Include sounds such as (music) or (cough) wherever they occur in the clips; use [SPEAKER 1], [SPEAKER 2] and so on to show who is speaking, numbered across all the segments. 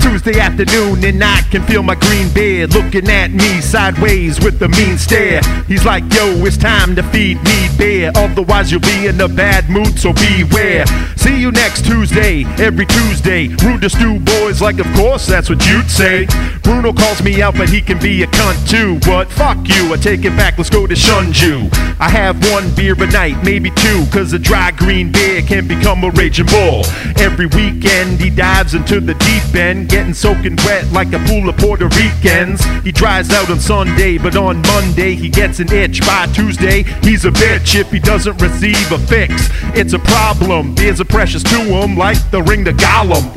[SPEAKER 1] Tuesday afternoon and I can feel my green beard looking at me sideways with a mean stare. He's like, yo, it's time to feed me bear. Otherwise, you'll be in a bad mood, so beware. See you next Tuesday, every Tuesday. Rude to stew boys, like, of course, that's what you'd say. Bruno calls me out, but he can be a cunt too. But fuck you, I take it back, let's go to Shunju. I have one beer a night, maybe two, cause a dry green beer can become a raging bull. Every weekend he dives into the deep end, getting soaking wet like a pool of Puerto Ricans. He dries out on Sunday, but on Monday he gets an itch. By Tuesday, he's a bitch if he doesn't receive a fix. It's a problem, beers are precious to him, like the ring to Gollum.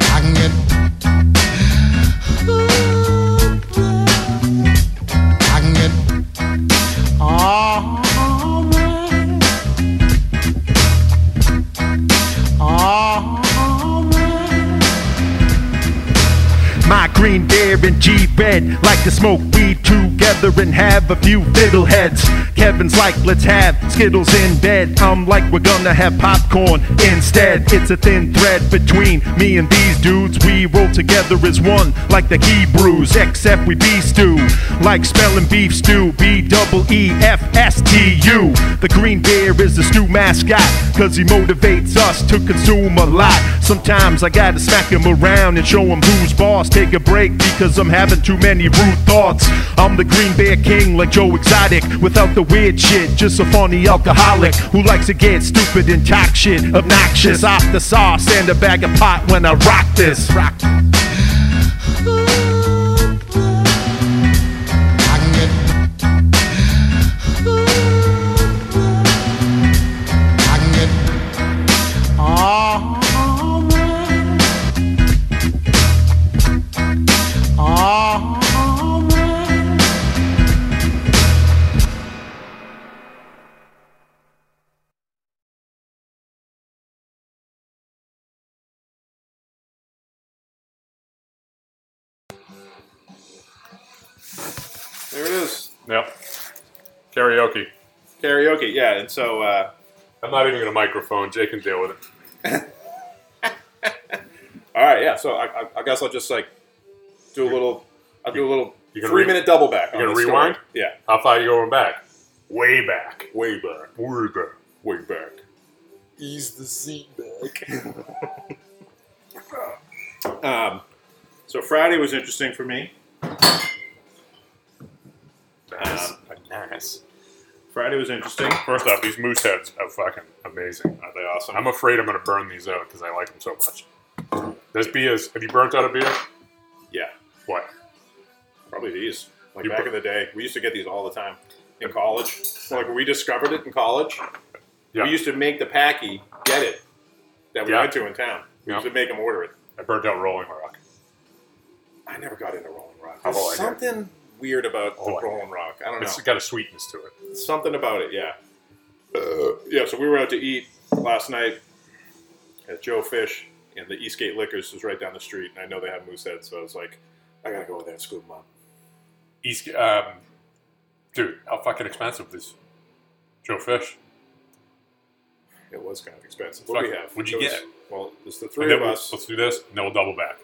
[SPEAKER 2] I can get. I can get. Alright. Alright.
[SPEAKER 1] My green beer and G Red like to smoke weed together and have a few fiddleheads. Kevin's like, let's have Skittles in bed. I'm like, we're gonna have popcorn instead. It's a thin thread between me and these dudes. We roll together as one, like the Hebrews, except we be stew. Like spelling beef stew, B double E F S T U. The green beer is the stew mascot, cause he motivates us to consume a lot. Sometimes I gotta smack him around and show him who's boss. Take a break because I'm having too many rude thoughts. I'm the green bear king, like Joe Exotic, without the weird shit. Just a funny alcoholic who likes to get stupid and talk shit. Obnoxious off the sauce and a bag of pot when I rock this. Rock.
[SPEAKER 2] I can get. I can get. Alright. Alright.
[SPEAKER 3] There it is.
[SPEAKER 4] Yep. Karaoke.
[SPEAKER 3] Karaoke. Yeah. And so uh,
[SPEAKER 4] I'm not even going to microphone. Jake can deal with it.
[SPEAKER 3] (laughs) All right, yeah. So I, I, I guess I'll just like do a little. I'll do a little
[SPEAKER 4] You gonna
[SPEAKER 3] three
[SPEAKER 4] re-
[SPEAKER 3] minute double back.
[SPEAKER 4] you
[SPEAKER 3] on
[SPEAKER 4] gonna
[SPEAKER 3] this story.
[SPEAKER 4] rewind?
[SPEAKER 3] Yeah,
[SPEAKER 4] How far you going back? Way back.
[SPEAKER 3] way back,
[SPEAKER 4] Way back.
[SPEAKER 3] way back.
[SPEAKER 2] Ease the scene back.
[SPEAKER 3] Um, so Friday was interesting for me. Um,
[SPEAKER 4] Nice.
[SPEAKER 3] Friday was interesting.
[SPEAKER 4] First off, these moose heads are fucking amazing.
[SPEAKER 3] Are they awesome?
[SPEAKER 4] I'm afraid I'm going to burn these out because I like them so much. This beer is. Have you burnt out a beer?
[SPEAKER 3] yeah,
[SPEAKER 4] What?
[SPEAKER 3] probably these. Like
[SPEAKER 4] You
[SPEAKER 3] back
[SPEAKER 4] put-
[SPEAKER 3] in the day, we used to get these all the time in college. Like we discovered it in college.
[SPEAKER 4] Yeah.
[SPEAKER 3] We used to make the packy get it that we
[SPEAKER 4] Yeah.
[SPEAKER 3] went to in town. We
[SPEAKER 4] Yeah.
[SPEAKER 3] used to make them order it.
[SPEAKER 4] I burnt out Rolling Rock.
[SPEAKER 3] I never got into Rolling Rock.
[SPEAKER 4] Oh,
[SPEAKER 3] There's
[SPEAKER 4] I did.
[SPEAKER 3] something weird about
[SPEAKER 4] Oh, I
[SPEAKER 3] the Rolling Rock. I don't know.
[SPEAKER 4] It's got a sweetness to it.
[SPEAKER 3] something about it, yeah. Uh, yeah, so we were out to eat last night at Joe Fish, and the Eastgate Liquors was right down the street, and I know they had moose heads, so I was like, I gotta go over there and scoop them up.
[SPEAKER 4] East, um, dude, how fucking expensive this Joe Fish?
[SPEAKER 3] It was kind of expensive. What do we
[SPEAKER 4] Fuck,
[SPEAKER 3] have?
[SPEAKER 4] what'd you
[SPEAKER 3] It was-
[SPEAKER 4] get?
[SPEAKER 3] Well, there's the
[SPEAKER 4] And
[SPEAKER 3] three
[SPEAKER 4] then
[SPEAKER 3] of
[SPEAKER 4] we'll-
[SPEAKER 3] us.
[SPEAKER 4] Let's do this, and then we'll double back.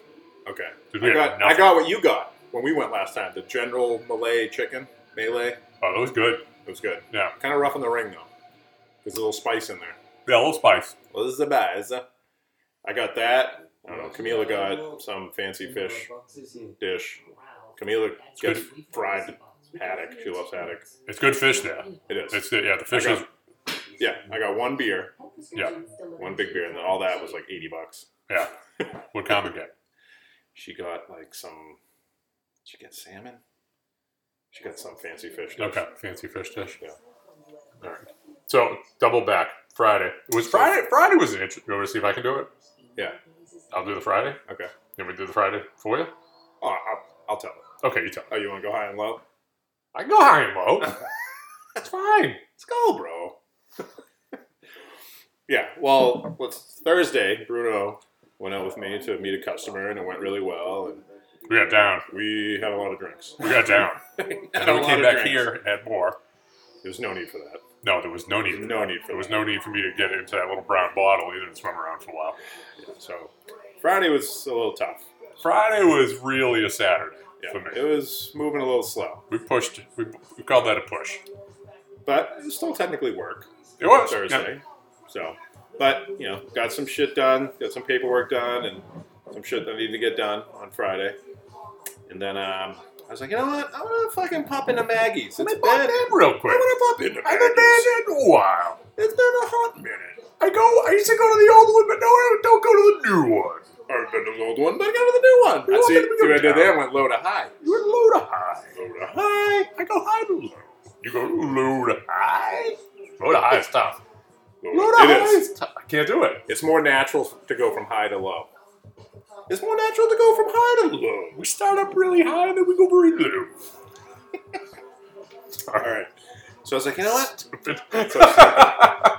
[SPEAKER 3] Okay.
[SPEAKER 4] Dude, we
[SPEAKER 3] I
[SPEAKER 4] had
[SPEAKER 3] got, I
[SPEAKER 4] nothing.
[SPEAKER 3] got what you got when we went last time the General Malay chicken, melee.
[SPEAKER 4] Oh, that was good.
[SPEAKER 3] It was good.
[SPEAKER 4] Yeah.
[SPEAKER 3] Kind of rough on the ring, though. There's a little spice in there.
[SPEAKER 4] Yeah, a little spice.
[SPEAKER 3] What is the best? I got that. I don't know. Camila got some fancy fish dish. Camila
[SPEAKER 4] good.
[SPEAKER 3] gets fried haddock. She loves haddock.
[SPEAKER 4] It's good fish there.
[SPEAKER 3] It is.
[SPEAKER 4] It's good. Yeah, the fish
[SPEAKER 3] I
[SPEAKER 4] is.
[SPEAKER 3] got- yeah, I got one beer,
[SPEAKER 4] Yeah.
[SPEAKER 5] One
[SPEAKER 3] one big beer, and then all that was like 80 bucks.
[SPEAKER 4] Yeah. What common get?
[SPEAKER 3] She got like some. She got salmon? She got some fancy fish dish.
[SPEAKER 4] Okay, fancy fish dish.
[SPEAKER 3] Yeah.
[SPEAKER 4] All right. So double back Friday. It was Friday. Friday was an interesting. You want to see if I can do it?
[SPEAKER 3] Yeah.
[SPEAKER 4] I'll do the Friday.
[SPEAKER 3] Okay.
[SPEAKER 4] Can we do the Friday for you?
[SPEAKER 3] Oh, I'll, I'll tell her.
[SPEAKER 4] Okay, you tell.
[SPEAKER 3] Oh, you want to go high and low?
[SPEAKER 4] I can go high
[SPEAKER 3] (laughs)
[SPEAKER 4] and low. it's fine.
[SPEAKER 3] Let's go, bro. (laughs) yeah, well, let's, Thursday, Bruno went out with me to meet a customer, and it went really well, and
[SPEAKER 4] We got down.
[SPEAKER 3] we had a lot of drinks. (laughs)
[SPEAKER 4] We got down.
[SPEAKER 3] and
[SPEAKER 4] And then we came back here and had more.
[SPEAKER 3] There's no need for that.
[SPEAKER 4] No, there was no need.
[SPEAKER 3] No need for
[SPEAKER 4] There was
[SPEAKER 3] that.
[SPEAKER 4] no need for me to get into that little brown bottle either and swim around for a while.
[SPEAKER 3] So Friday was a little tough.
[SPEAKER 4] Friday was really a Saturday
[SPEAKER 3] Yeah,
[SPEAKER 4] for me.
[SPEAKER 3] it was moving a little slow,
[SPEAKER 4] we pushed. We, we called that a push.
[SPEAKER 3] but it was still technically work.
[SPEAKER 4] It was
[SPEAKER 3] Thursday. So, but you know, got some shit done, got some paperwork done, and some shit that I needed to get done on Friday. And then um, I was like, you know what? I'm gonna fucking pop into Maggie's.
[SPEAKER 4] Let
[SPEAKER 3] It's
[SPEAKER 4] me
[SPEAKER 3] been
[SPEAKER 4] pop in real quick.
[SPEAKER 3] I'm gonna pop into
[SPEAKER 4] I haven't
[SPEAKER 3] Maggie's.
[SPEAKER 4] been in a while.
[SPEAKER 3] It's been a hot minute.
[SPEAKER 4] Minute. I go. I used to go to the old one, but no, I don't go to the new one.
[SPEAKER 3] I haven't been to the old one, but I got to the new one.
[SPEAKER 4] Well,
[SPEAKER 3] That's
[SPEAKER 4] then
[SPEAKER 3] it.
[SPEAKER 4] we
[SPEAKER 3] See
[SPEAKER 4] go
[SPEAKER 3] what I did
[SPEAKER 4] down.
[SPEAKER 3] there? I went low to high.
[SPEAKER 4] You're low to high.
[SPEAKER 3] Low to high.
[SPEAKER 4] High. I go high to low. You go low to high. Low to high is tough. Low to
[SPEAKER 3] It
[SPEAKER 4] high
[SPEAKER 3] is.
[SPEAKER 4] is tough. I can't do it.
[SPEAKER 3] It's more natural to go from high to low. It's more natural to go from high to low.
[SPEAKER 4] We start up really high and then we go very low.
[SPEAKER 3] All right. So I was like, you know what? (laughs)
[SPEAKER 4] Stupid. (laughs)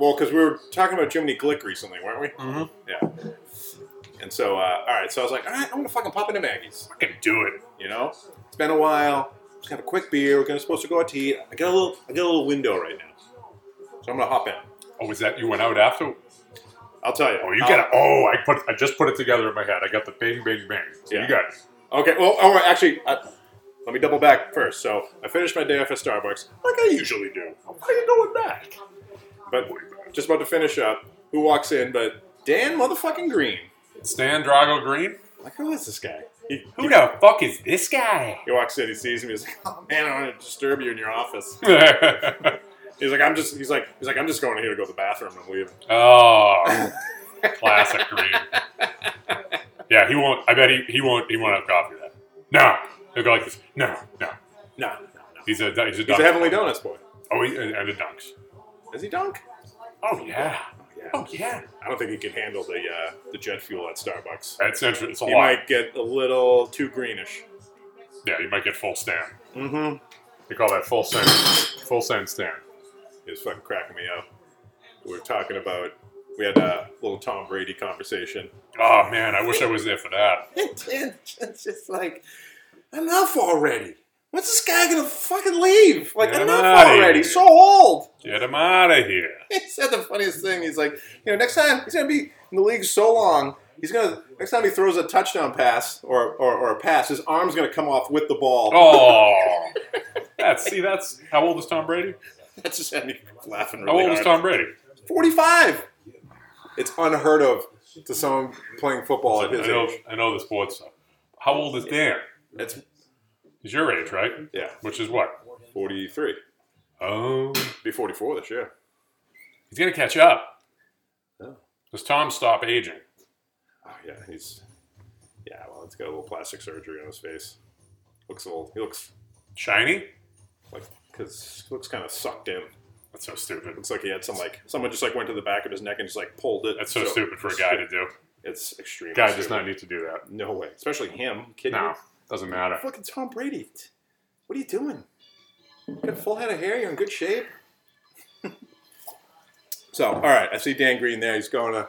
[SPEAKER 3] Well, because we were talking about Jiminy Glick recently, weren't we?
[SPEAKER 4] Mhm.
[SPEAKER 3] Yeah. And so, uh, all right. So I was like, all right, I'm gonna fucking pop into Maggie's.
[SPEAKER 4] I can do it.
[SPEAKER 3] You know, it's been a while. Just have a quick beer. We're gonna supposed to go out to eat. I got a little, I got a little window right now. So I'm gonna hop in.
[SPEAKER 4] Oh, is that you went out after?
[SPEAKER 3] I'll tell you.
[SPEAKER 4] Oh, you
[SPEAKER 3] I'll-
[SPEAKER 4] got it. Oh, I put. I just put it together in my head. I got the bang, bang, bang. So
[SPEAKER 3] Yeah.
[SPEAKER 4] you got it.
[SPEAKER 3] Okay. Well, all right. Actually, I, let me double back first. So I finished my day off at Starbucks, like I usually do.
[SPEAKER 4] Why are you going back?
[SPEAKER 3] But just about to finish up. Who walks in? But Dan motherfucking Green.
[SPEAKER 4] Stan Drago Green.
[SPEAKER 3] Like, who is this guy? He,
[SPEAKER 4] Who the fuck is this guy?
[SPEAKER 3] he walks in. He sees me. He's like, oh, man, I don't want to disturb you in your office.
[SPEAKER 4] (laughs) oh,
[SPEAKER 3] He's like, I'm just. He's like, he's like, I'm just going here to go to the bathroom. I'm leaving.
[SPEAKER 4] classic Green. Yeah, he won't. I bet he, he won't. He won't have coffee then. No, he'll go like this. No, no.
[SPEAKER 3] No, no, no.
[SPEAKER 4] He's a he's a
[SPEAKER 3] He's
[SPEAKER 4] dunk.
[SPEAKER 3] a Heavenly Donuts boy.
[SPEAKER 4] oh, he, and and a dunks.
[SPEAKER 3] Is he dunk?
[SPEAKER 4] Oh yeah.
[SPEAKER 3] Yeah.
[SPEAKER 4] Oh yeah.
[SPEAKER 3] I don't think he can handle the uh, the jet fuel at Starbucks.
[SPEAKER 4] That's interesting. It's a
[SPEAKER 3] He
[SPEAKER 4] lot.
[SPEAKER 3] might get a little too greenish.
[SPEAKER 4] Yeah, you might get full stand.
[SPEAKER 3] Mm-hmm.
[SPEAKER 4] They call that full send. full send stand.
[SPEAKER 3] It was fucking cracking me up. We were talking about we had a little Tom Brady (laughs) conversation.
[SPEAKER 4] Oh man, I wish I was there for that.
[SPEAKER 3] it's just like enough already. When's this guy gonna fucking leave? Like
[SPEAKER 4] Get him
[SPEAKER 3] enough
[SPEAKER 4] outta here.
[SPEAKER 3] already. So old. (laughs)
[SPEAKER 4] Get him out of here.
[SPEAKER 3] He said the funniest thing. He's like, you know, next time he's gonna be in the league so long. He's gonna next time he throws a touchdown pass or or, or a pass, his arm's gonna come off with the ball.
[SPEAKER 4] Oh, that's see, that's how old is Tom Brady?
[SPEAKER 3] That just had me laughing
[SPEAKER 4] How
[SPEAKER 3] really
[SPEAKER 4] old is
[SPEAKER 3] hard.
[SPEAKER 4] Tom Brady?
[SPEAKER 3] 45. It's unheard of to someone playing football at
[SPEAKER 4] I
[SPEAKER 3] his
[SPEAKER 4] know,
[SPEAKER 3] age.
[SPEAKER 4] I know the sports stuff. How old is Dan?
[SPEAKER 3] It's
[SPEAKER 4] He's your age, right?
[SPEAKER 3] yeah,
[SPEAKER 4] Which is what?
[SPEAKER 3] 43.
[SPEAKER 4] Oh,
[SPEAKER 3] Be 44 this year.
[SPEAKER 4] he's gonna catch up.
[SPEAKER 3] Oh.
[SPEAKER 4] Does Tom stop aging?
[SPEAKER 3] Oh yeah, he's yeah. Well, he's got a little plastic surgery on his face. Looks old. He looks
[SPEAKER 4] Shiny?
[SPEAKER 3] like because looks kind of sucked in.
[SPEAKER 4] That's so stupid.
[SPEAKER 3] Looks like he had some like someone just like went to the back of his neck and just like pulled it.
[SPEAKER 4] That's so stupid for a guy to do.
[SPEAKER 3] It's extreme.
[SPEAKER 4] Guy does not need to do that.
[SPEAKER 3] No way, especially him. Kidding?
[SPEAKER 4] No,
[SPEAKER 3] No.
[SPEAKER 4] doesn't matter.
[SPEAKER 3] Fucking Tom Brady. What are you doing? You got a full head of hair. You're in good shape. (laughs) so, all right. I see Dan Green there. He's going to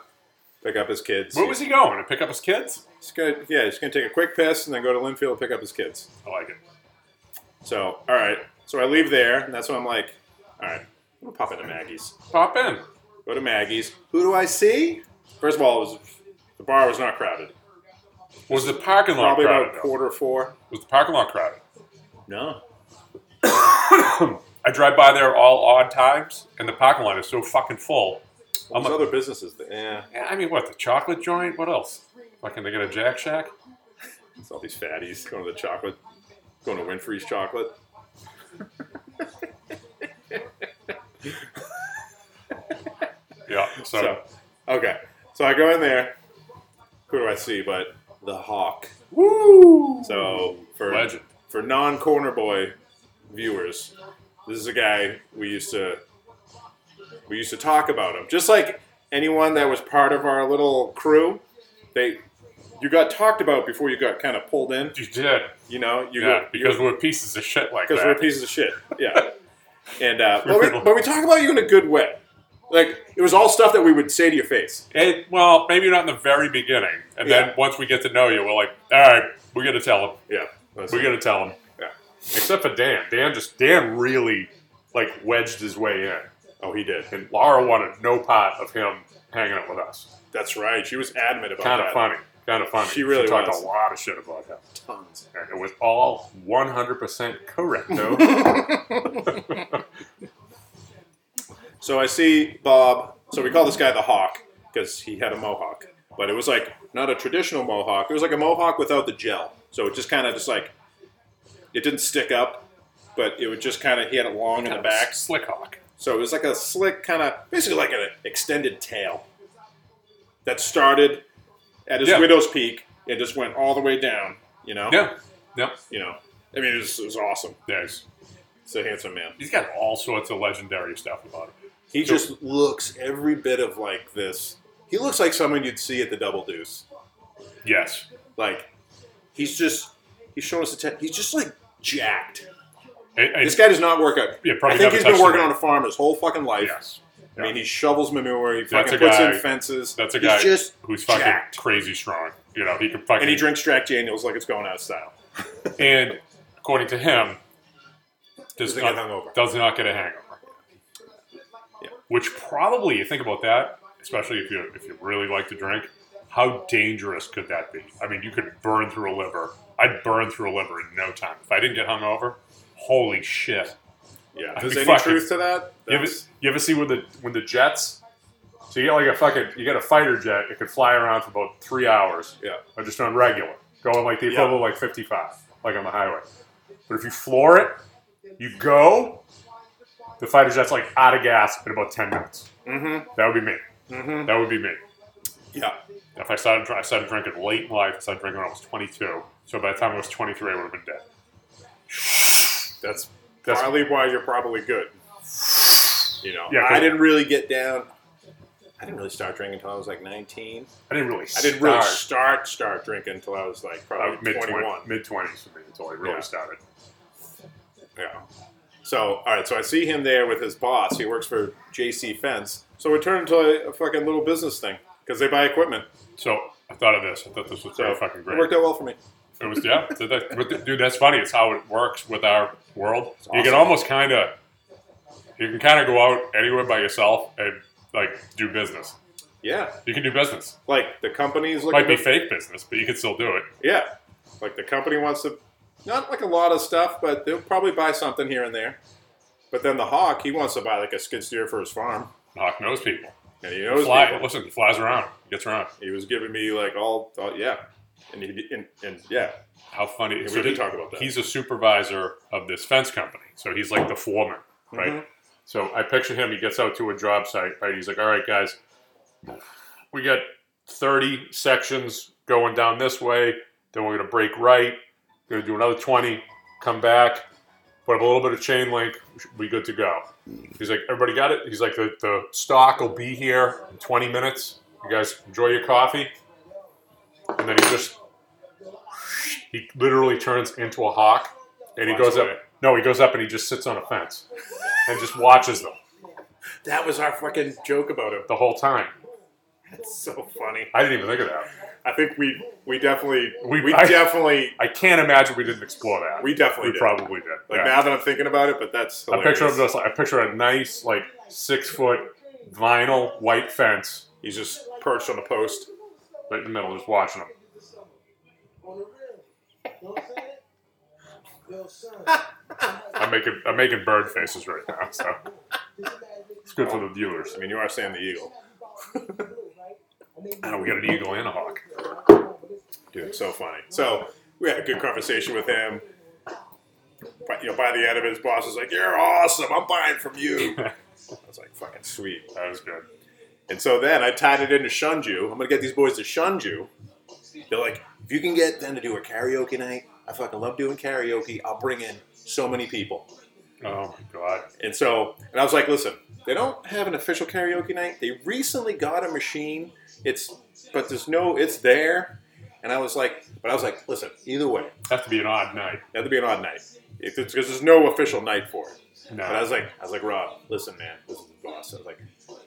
[SPEAKER 3] pick up his kids.
[SPEAKER 4] Where was he going to pick up his kids?
[SPEAKER 3] He's gonna, yeah, he's going to take a quick piss and then go to Linfield and pick up his kids.
[SPEAKER 4] I like it.
[SPEAKER 3] So, all right. So I leave there, and that's when I'm like, all right, I'm gonna pop into Maggie's.
[SPEAKER 4] Pop in.
[SPEAKER 3] Go to Maggie's. Who do I see? First of all, it was, the bar was not crowded.
[SPEAKER 4] Was the parking lot
[SPEAKER 3] Probably
[SPEAKER 4] crowded?
[SPEAKER 3] about
[SPEAKER 4] though?
[SPEAKER 3] quarter four.
[SPEAKER 4] Was the parking lot crowded?
[SPEAKER 3] No.
[SPEAKER 4] I drive by there all odd times, and the parking lot is so fucking full.
[SPEAKER 3] Well,
[SPEAKER 4] I'm
[SPEAKER 3] there's
[SPEAKER 4] a,
[SPEAKER 3] other businesses. That, yeah,
[SPEAKER 4] Yeah, I mean, what the chocolate joint? What else? Fucking, they got a Jack Shack.
[SPEAKER 3] it's all these fatties going to the chocolate, going to Winfrey's chocolate.
[SPEAKER 4] Yeah. So,
[SPEAKER 3] So, okay. So I go in there. Who do I see? But the Hawk.
[SPEAKER 4] woo.
[SPEAKER 3] So for
[SPEAKER 4] Legend.
[SPEAKER 3] for non corner boy viewers, this is a guy we used to we used to talk about him. Just like anyone that was part of our little crew, they you got talked about before you got kind of pulled in.
[SPEAKER 4] You did.
[SPEAKER 3] You know, you
[SPEAKER 4] yeah,
[SPEAKER 3] got- you-
[SPEAKER 4] because we're pieces of shit like
[SPEAKER 3] because we're
[SPEAKER 4] that.
[SPEAKER 3] pieces of shit. Yeah, and
[SPEAKER 4] (laughs)
[SPEAKER 3] uh, but, we, but we talk about you in a good way. Like it was all stuff that we would say to your face.
[SPEAKER 4] It, well, maybe not in the very beginning, and
[SPEAKER 3] Yeah.
[SPEAKER 4] then once we get to know you, we're like, all right, we're gonna tell him.
[SPEAKER 3] Yeah,
[SPEAKER 4] We're gonna tell him.
[SPEAKER 3] Yeah.
[SPEAKER 4] Except for Dan. Dan just Dan really like wedged his way in. Oh, he did. And Laura wanted no part of him hanging out with us.
[SPEAKER 3] That's right. She was adamant about
[SPEAKER 4] Kind
[SPEAKER 3] that.
[SPEAKER 4] of funny. Kind of funny.
[SPEAKER 3] She really
[SPEAKER 4] talked
[SPEAKER 3] was.
[SPEAKER 4] a lot of shit about him.
[SPEAKER 2] Tons.
[SPEAKER 4] And it was all 100% correct, (laughs) though.
[SPEAKER 3] So I see Bob. So we call this guy the Hawk because he had a mohawk, but it was like not a traditional mohawk. It was like a mohawk without the gel. So it just kind of just like it didn't stick up, but it would just kind of he had it long in the back.
[SPEAKER 4] Slick Hawk.
[SPEAKER 3] So it was like a slick kind of basically like an extended tail that started at his
[SPEAKER 4] Yeah.
[SPEAKER 3] widow's peak and just went all the way down. You know.
[SPEAKER 4] Yeah. Yeah.
[SPEAKER 3] You know. I mean, it was, it was awesome.
[SPEAKER 4] There's,
[SPEAKER 3] It's a handsome man.
[SPEAKER 4] he's got all sorts of legendary stuff about him.
[SPEAKER 3] He just looks every bit of like this. He looks like someone you'd see at the Double Deuce.
[SPEAKER 4] Yes.
[SPEAKER 3] Like, he's just he's showing us the te- he's just like jacked.
[SPEAKER 4] And- and-
[SPEAKER 3] This guy does not work out.
[SPEAKER 4] Yeah,
[SPEAKER 3] I
[SPEAKER 4] probably
[SPEAKER 3] think
[SPEAKER 4] never
[SPEAKER 3] he's been
[SPEAKER 4] touched
[SPEAKER 3] working
[SPEAKER 4] the
[SPEAKER 3] on a farm his whole fucking life.
[SPEAKER 4] yes.
[SPEAKER 3] I mean,
[SPEAKER 4] Yeah.
[SPEAKER 3] he shovels manure. He
[SPEAKER 4] That's
[SPEAKER 3] fucking
[SPEAKER 4] a
[SPEAKER 3] puts
[SPEAKER 4] guy-
[SPEAKER 3] in fences.
[SPEAKER 4] That's a
[SPEAKER 3] He's
[SPEAKER 4] guy
[SPEAKER 3] just
[SPEAKER 4] who's fucking
[SPEAKER 3] jacked.
[SPEAKER 4] crazy strong. You know, he can fucking.
[SPEAKER 3] and he drinks Jack Daniels like it's going out of style.
[SPEAKER 4] and according to him, does
[SPEAKER 3] Doesn't get
[SPEAKER 4] not,
[SPEAKER 3] hungover.
[SPEAKER 4] does not get a hangover.
[SPEAKER 3] Yeah.
[SPEAKER 4] Which probably you think about that, especially if you if you really like to drink, how dangerous could that be? I mean, you could burn through a liver. I'd burn through a liver in no time if I didn't get hungover. Holy shit!
[SPEAKER 3] Yeah.
[SPEAKER 4] I'd
[SPEAKER 3] There's
[SPEAKER 4] be
[SPEAKER 3] any
[SPEAKER 4] fucking-
[SPEAKER 3] truth to that?
[SPEAKER 4] You ever,
[SPEAKER 3] That's-
[SPEAKER 4] you ever see when the when the jets? So you got like a fucking you got a fighter jet. It could fly around for about three hours.
[SPEAKER 3] Yeah.
[SPEAKER 4] Or just on regular, going like the
[SPEAKER 3] Yeah.
[SPEAKER 4] equivalent of like fifty five, like on the highway. But if you floor it, you go. The fighter jet's like out of gas in about ten minutes.
[SPEAKER 3] Mm-hmm.
[SPEAKER 4] That would be me.
[SPEAKER 3] Mm-hmm.
[SPEAKER 4] That would be me.
[SPEAKER 3] Yeah.
[SPEAKER 4] If I started, dr- I started drinking late in life. I started drinking when I was twenty two. So by the time I was twenty three, I would have been dead.
[SPEAKER 3] That's,
[SPEAKER 4] That's-
[SPEAKER 3] probably why you're probably good. You know,
[SPEAKER 4] Yeah, 'cause-
[SPEAKER 3] I didn't really get down. I didn't really start drinking until I was like 19.
[SPEAKER 4] I didn't really.
[SPEAKER 3] I didn't really
[SPEAKER 4] start.
[SPEAKER 3] start start drinking until I was like probably
[SPEAKER 4] mid
[SPEAKER 3] 21.
[SPEAKER 4] mid twenties for me until I really
[SPEAKER 3] Yeah.
[SPEAKER 4] started.
[SPEAKER 3] Yeah. So all right, so I see him there with his boss. He works for JC Fence. So it turned into a, a fucking little business thing because they buy equipment.
[SPEAKER 4] So I thought of this. I thought this was
[SPEAKER 3] So
[SPEAKER 4] pretty fucking
[SPEAKER 3] it
[SPEAKER 4] great.
[SPEAKER 3] worked out well for me.
[SPEAKER 4] It was yeah, So that- but th- dude. That's funny. It's how it works with our world. You can
[SPEAKER 3] awesome.
[SPEAKER 4] almost kind of, you can kind of go out anywhere by yourself and like do business.
[SPEAKER 3] Yeah,
[SPEAKER 4] You can do business.
[SPEAKER 3] like the company's looking.
[SPEAKER 4] Might be
[SPEAKER 3] to-
[SPEAKER 4] fake business, but you can still do it.
[SPEAKER 3] Yeah, like the company wants to, not like a lot of stuff, but they'll probably buy something here and there. But then the hawk, he wants to buy like a skid steer for his farm,
[SPEAKER 4] Hawk knows people.
[SPEAKER 3] and he knows
[SPEAKER 4] Fly.
[SPEAKER 3] people.
[SPEAKER 4] Listen, he flies around, gets around.
[SPEAKER 3] He was giving me like all, all yeah, and he and, and yeah,
[SPEAKER 4] How funny!
[SPEAKER 3] Yeah, we did talk about that.
[SPEAKER 4] He's a supervisor of this fence company, so he's like the foreman, right?
[SPEAKER 3] Mhm.
[SPEAKER 4] So I picture him. He gets out to a job site, right? He's like, "All right, guys, we got 30 sections going down this way. Then we're gonna break right. Gonna do another 20. Come back, put up a little bit of chain link. we should be good to go." He's like, "Everybody got it?" He's like, "The the stock will be here in 20 minutes. You guys enjoy your coffee." And then he just he literally turns into a hawk and he
[SPEAKER 3] Flies
[SPEAKER 4] goes up
[SPEAKER 3] away.
[SPEAKER 4] no he goes up and he just sits on a fence and just watches them
[SPEAKER 3] that was our fucking joke about him.
[SPEAKER 4] the whole time
[SPEAKER 3] That's so funny.
[SPEAKER 4] i didn't even think of that
[SPEAKER 3] I think we we definitely we,
[SPEAKER 4] We- I-
[SPEAKER 3] definitely
[SPEAKER 4] i can't imagine we didn't explore that
[SPEAKER 3] we definitely
[SPEAKER 4] we
[SPEAKER 3] did.
[SPEAKER 4] probably did
[SPEAKER 3] like
[SPEAKER 4] yeah.
[SPEAKER 3] now that I'm thinking about it, but that's
[SPEAKER 4] i
[SPEAKER 3] hilarious.
[SPEAKER 4] picture him just like i picture a nice like six foot vinyl white fence
[SPEAKER 3] He's just perched on a post.
[SPEAKER 4] right in the middle just watching them i'm making i'm making bird faces right now so it's good for the viewers
[SPEAKER 3] I mean, you are Sam the Eagle,
[SPEAKER 4] oh, we got an eagle and a hawk
[SPEAKER 3] dude. it's So funny. So we had a good conversation with him. But you know, by the end of it, his boss was like, "You're awesome. I'm buying from
[SPEAKER 4] (laughs)
[SPEAKER 3] you." I was like, "Fucking sweet."
[SPEAKER 4] that was good
[SPEAKER 3] And so then I tied it into Shunju. I'm gonna get these boys to Shunju. They're like, if you can get them to do a karaoke night, I fucking love doing karaoke. I'll bring in so many people.
[SPEAKER 4] oh my god
[SPEAKER 3] And so, and I was like, listen, they don't have an official karaoke night. They recently got a machine. It's, but there's no, it's there. And I was like, but I was like, listen, either way,
[SPEAKER 4] have to be an odd night
[SPEAKER 3] that'd be an odd night. If it's because there's no official night for it.
[SPEAKER 4] no
[SPEAKER 3] But I was like, I was like, Rob, listen, man, this is the boss. I was like,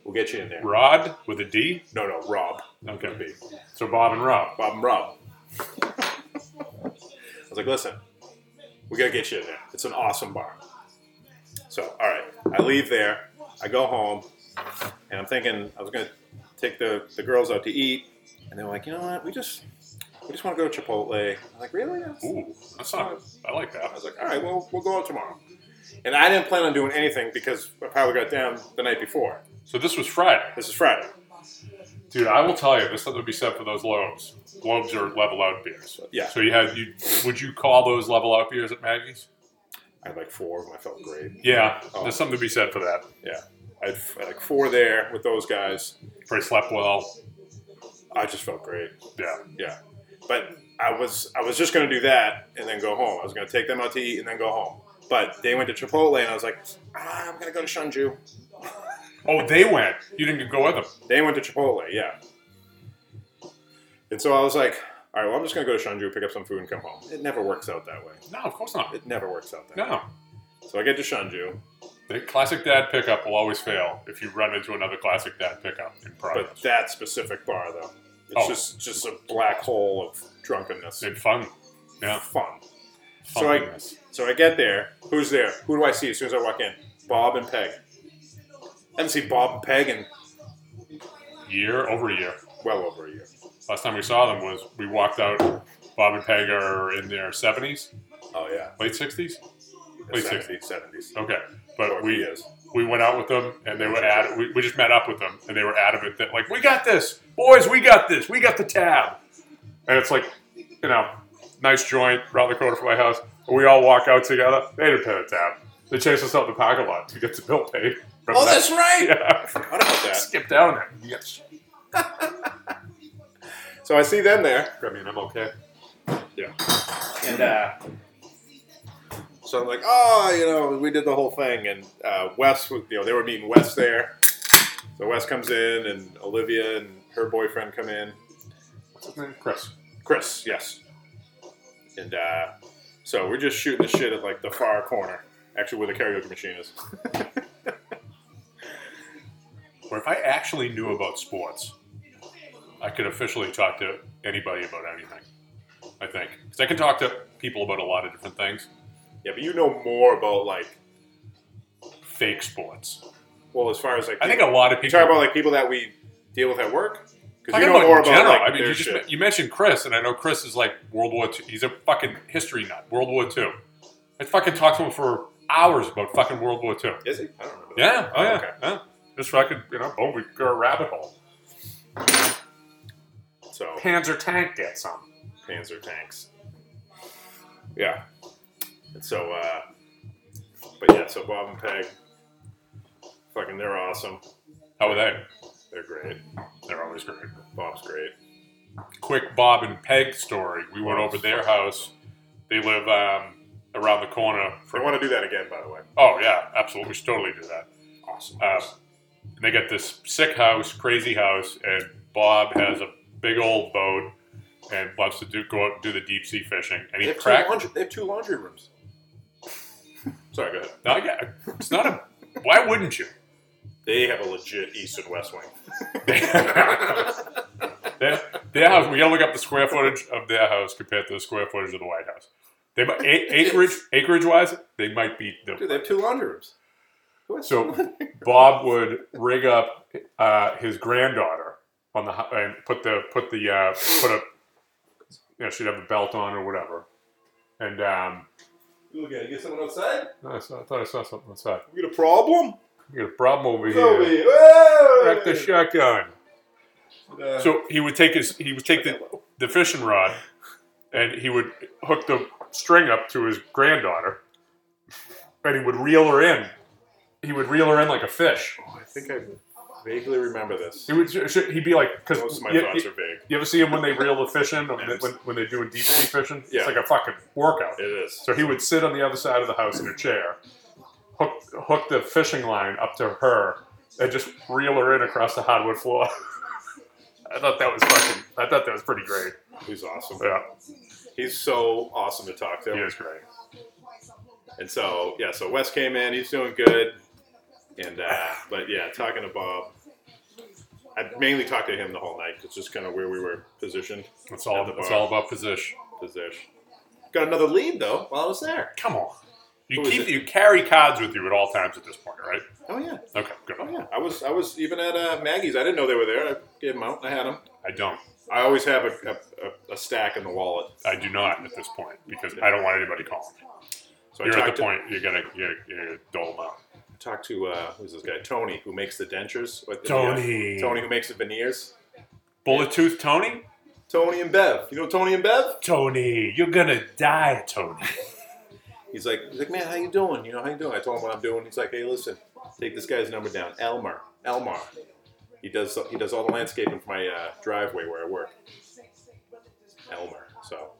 [SPEAKER 3] we'll get you in there.
[SPEAKER 4] Rod with a D.
[SPEAKER 3] No, no, Rob.
[SPEAKER 4] Okay, B. So Bob and Rob.
[SPEAKER 3] Bob and Rob. I was like, listen, we gotta get you in there. It's an awesome bar. So, all right, I leave there. I go home, and I'm thinking I was gonna take the, the girls out to eat, and they're like, you know what? We just we just want to go to Chipotle. I'm like, really? That's-
[SPEAKER 4] Ooh, that's not. I like
[SPEAKER 3] I
[SPEAKER 4] that.
[SPEAKER 3] was like, all right, well, we'll go out tomorrow. And I didn't plan on doing anything because I probably got down the night before.
[SPEAKER 4] So this was Friday.
[SPEAKER 3] This is Friday.
[SPEAKER 4] Dude, I will tell you, there's something to be said for those lobes. Globes are level out beers.
[SPEAKER 3] Yeah.
[SPEAKER 4] So you had you would you call those level out beers at Maggie's?
[SPEAKER 3] I had like four of them. I felt great.
[SPEAKER 4] Yeah.
[SPEAKER 3] Oh.
[SPEAKER 4] There's something to be said for that.
[SPEAKER 3] Yeah. I had, I had like four there with those guys.
[SPEAKER 4] Probably slept well.
[SPEAKER 3] I just felt great.
[SPEAKER 4] Yeah.
[SPEAKER 3] Yeah. But I was I was just gonna do that and then go home. I was gonna take them out to eat and then go home. But they went to Chipotle and I was like, ah, I'm gonna go to Shunju.
[SPEAKER 4] Oh, they went. You didn't go with them.
[SPEAKER 3] They went to Chipotle, yeah. And so I was like, all right, well, I'm just gonna go to Shunju, pick up some food, and come home. It never works out that way.
[SPEAKER 4] No, of course not.
[SPEAKER 3] It never works out that way.
[SPEAKER 4] No.
[SPEAKER 3] So I get to Shunju,
[SPEAKER 4] The classic dad pickup will always fail if you run into another classic dad pickup in
[SPEAKER 3] but
[SPEAKER 4] progress.
[SPEAKER 3] that specific bar though, it's
[SPEAKER 4] Oh.
[SPEAKER 3] just just a black hole of drunkenness.
[SPEAKER 4] And fun. Yeah.
[SPEAKER 3] Fun. So I-
[SPEAKER 4] Funkiness.
[SPEAKER 3] So I get there. Who's there? Who do I see as soon as I walk in? Bob and Peg. I haven't seen Bob and Peg in
[SPEAKER 4] year over year.
[SPEAKER 3] well over a year.
[SPEAKER 4] Last time we saw them was we walked out. Bob and Peg are in their 70s,
[SPEAKER 3] Oh yeah, Oh,
[SPEAKER 4] late 60s. Late 60s.
[SPEAKER 3] 70s, 70s.
[SPEAKER 4] Okay, but
[SPEAKER 3] Or
[SPEAKER 4] we
[SPEAKER 3] years.
[SPEAKER 4] we went out with them and they were at we, we just met up with them and they were adamant that like we got this boys we got this we got the tab and it's like you know nice joint around the corner from my house we all walk out together they didn't pay the tab they chased us out in the parking lot to get the bill paid Remember
[SPEAKER 3] Oh,
[SPEAKER 4] that?
[SPEAKER 3] that's right.
[SPEAKER 4] (laughs) yeah
[SPEAKER 3] Forgot about that.
[SPEAKER 4] skip down there yes
[SPEAKER 3] So I see them there,
[SPEAKER 4] grab me an MLK yeah
[SPEAKER 3] and uh, so I'm like, oh, you know, we did the whole thing, and uh, Wes, was- you know, they were meeting Wes there. So Wes comes in, and Olivia and her boyfriend come in.
[SPEAKER 4] what's his name Chris
[SPEAKER 3] Chris, yes. And uh, so we're just shooting the shit at like the far corner, actually where the karaoke machine is.
[SPEAKER 4] or if I actually knew about sports, I could officially talk to anybody about anything. I think because I can talk to people about a lot of different things.
[SPEAKER 3] yeah, but you know more about like,
[SPEAKER 4] Fake sports.
[SPEAKER 3] well, as far as like,
[SPEAKER 4] I think a lot of
[SPEAKER 3] you
[SPEAKER 4] people.
[SPEAKER 3] talk about like people that we deal with at work because
[SPEAKER 4] Talking
[SPEAKER 3] you know more about
[SPEAKER 4] in general,
[SPEAKER 3] like
[SPEAKER 4] I mean,
[SPEAKER 3] their
[SPEAKER 4] you, just,
[SPEAKER 3] shit.
[SPEAKER 4] you mentioned Chris, and I know Chris is like World War II. He's a fucking history nut. World War II. I fucking talked to him for hours about fucking World War II.
[SPEAKER 3] Is he? I don't remember.
[SPEAKER 4] Yeah.
[SPEAKER 3] That.
[SPEAKER 4] Oh yeah.
[SPEAKER 3] Okay.
[SPEAKER 4] yeah. Just fucking you know, boom, we go a rabbit hole.
[SPEAKER 3] So
[SPEAKER 4] Panzer tank gets some.
[SPEAKER 3] Panzer tanks. Yeah. And so, uh, but yeah, so Bob and Peg, fucking, they're awesome.
[SPEAKER 4] How are Oh, they?
[SPEAKER 3] They're great.
[SPEAKER 4] They're always great.
[SPEAKER 3] Bob's great.
[SPEAKER 4] quick Bob and Peg story. We went over their house. They live um, around the corner
[SPEAKER 3] They
[SPEAKER 4] from.
[SPEAKER 3] want to do that again, by the way.
[SPEAKER 4] Oh yeah, absolutely. We should totally do that.
[SPEAKER 3] Awesome.
[SPEAKER 4] Um, they got this sick house, crazy house, and Bob has a big old boat and loves to do go out and do the deep sea fishing. And
[SPEAKER 3] They
[SPEAKER 4] he
[SPEAKER 3] have, two
[SPEAKER 4] cracked.
[SPEAKER 3] laundry, they have two laundry rooms. Sorry, go ahead.
[SPEAKER 4] No, yeah, it's not a. Why wouldn't you?
[SPEAKER 3] They have a legit east and west wing.
[SPEAKER 4] Their, their house. We gotta look up the square footage of their house compared to the square footage of the White House. They might a- acreage acreage wise, they might be the
[SPEAKER 3] Dude, they have two laundry rooms. Who has two
[SPEAKER 4] So
[SPEAKER 3] laundry-
[SPEAKER 4] Bob would rig up uh, his granddaughter on the hu- and put the put the uh, put a you know she'd have a belt on or whatever. And um,
[SPEAKER 3] (laughs) You gonna get someone outside?
[SPEAKER 4] I, saw, I thought I saw something outside.
[SPEAKER 3] We get a problem?
[SPEAKER 4] You got a problem over
[SPEAKER 3] It's over here.
[SPEAKER 4] here.
[SPEAKER 3] Hey!
[SPEAKER 4] Crack the shotgun.
[SPEAKER 3] Uh,
[SPEAKER 4] So he would take his he would take the, the fishing rod and he would hook the string up to his granddaughter and he would reel her in. He would reel her in like a fish.
[SPEAKER 3] I think I vaguely remember this.
[SPEAKER 4] He would he'd be like because
[SPEAKER 3] Most of my thoughts are vague.
[SPEAKER 4] You ever see him when they reel the fish in, or
[SPEAKER 3] Yes.
[SPEAKER 4] when, when they're doing deep sea fishing?
[SPEAKER 3] Yeah.
[SPEAKER 4] It's like a fucking workout.
[SPEAKER 3] It is.
[SPEAKER 4] So he would sit on the other side of the house in a chair, hook, hook the fishing line up to her, and just reel her in across the hardwood floor. (laughs) I thought that was fucking, I thought that was pretty great.
[SPEAKER 3] He's awesome.
[SPEAKER 4] Yeah,
[SPEAKER 3] He's so awesome to talk to.
[SPEAKER 4] he is great.
[SPEAKER 3] And so, yeah, so Wes came in. He's doing good. And, uh, but yeah, talking to Bob. I mainly talked to him the whole night. It's just kind of where we were positioned.
[SPEAKER 4] It's
[SPEAKER 3] At
[SPEAKER 4] all,
[SPEAKER 3] the
[SPEAKER 4] it's
[SPEAKER 3] bar.
[SPEAKER 4] all about position.
[SPEAKER 3] Position. Got another lead, though, while I was there.
[SPEAKER 4] Come on. You
[SPEAKER 3] Who is
[SPEAKER 4] keep
[SPEAKER 3] it?
[SPEAKER 4] you carry cards with you at all times at this point, right?
[SPEAKER 3] Oh yeah,
[SPEAKER 4] Okay, good.
[SPEAKER 3] oh yeah. I was I was even at uh, Maggie's. I didn't know they were there. I gave them out. I had them.
[SPEAKER 4] I don't.
[SPEAKER 3] I always have a, a- a, a stack in the wallet.
[SPEAKER 4] I do not at this point because I don't want anybody calling. me.
[SPEAKER 3] So
[SPEAKER 4] You're
[SPEAKER 3] I
[SPEAKER 4] at
[SPEAKER 3] talked
[SPEAKER 4] the
[SPEAKER 3] to,
[SPEAKER 4] point you're gonna you're, you're gonna dole them out.
[SPEAKER 3] Talked to uh, who's this guy? Tony, who makes the dentures. What-
[SPEAKER 4] Tony.
[SPEAKER 3] Tony, who makes the veneers.
[SPEAKER 4] Bullet tooth Tony?
[SPEAKER 3] Tony and Bev. You know Tony and Bev?
[SPEAKER 4] Tony, you're gonna die, Tony.
[SPEAKER 3] He's like, he's like, man, how you doing? You know, how you doing? I told him what I'm doing. He's like, hey, listen, take this guy's number down, Elmer. Elmar. He does he does all the landscaping for my uh, driveway where I work. Elmer. So,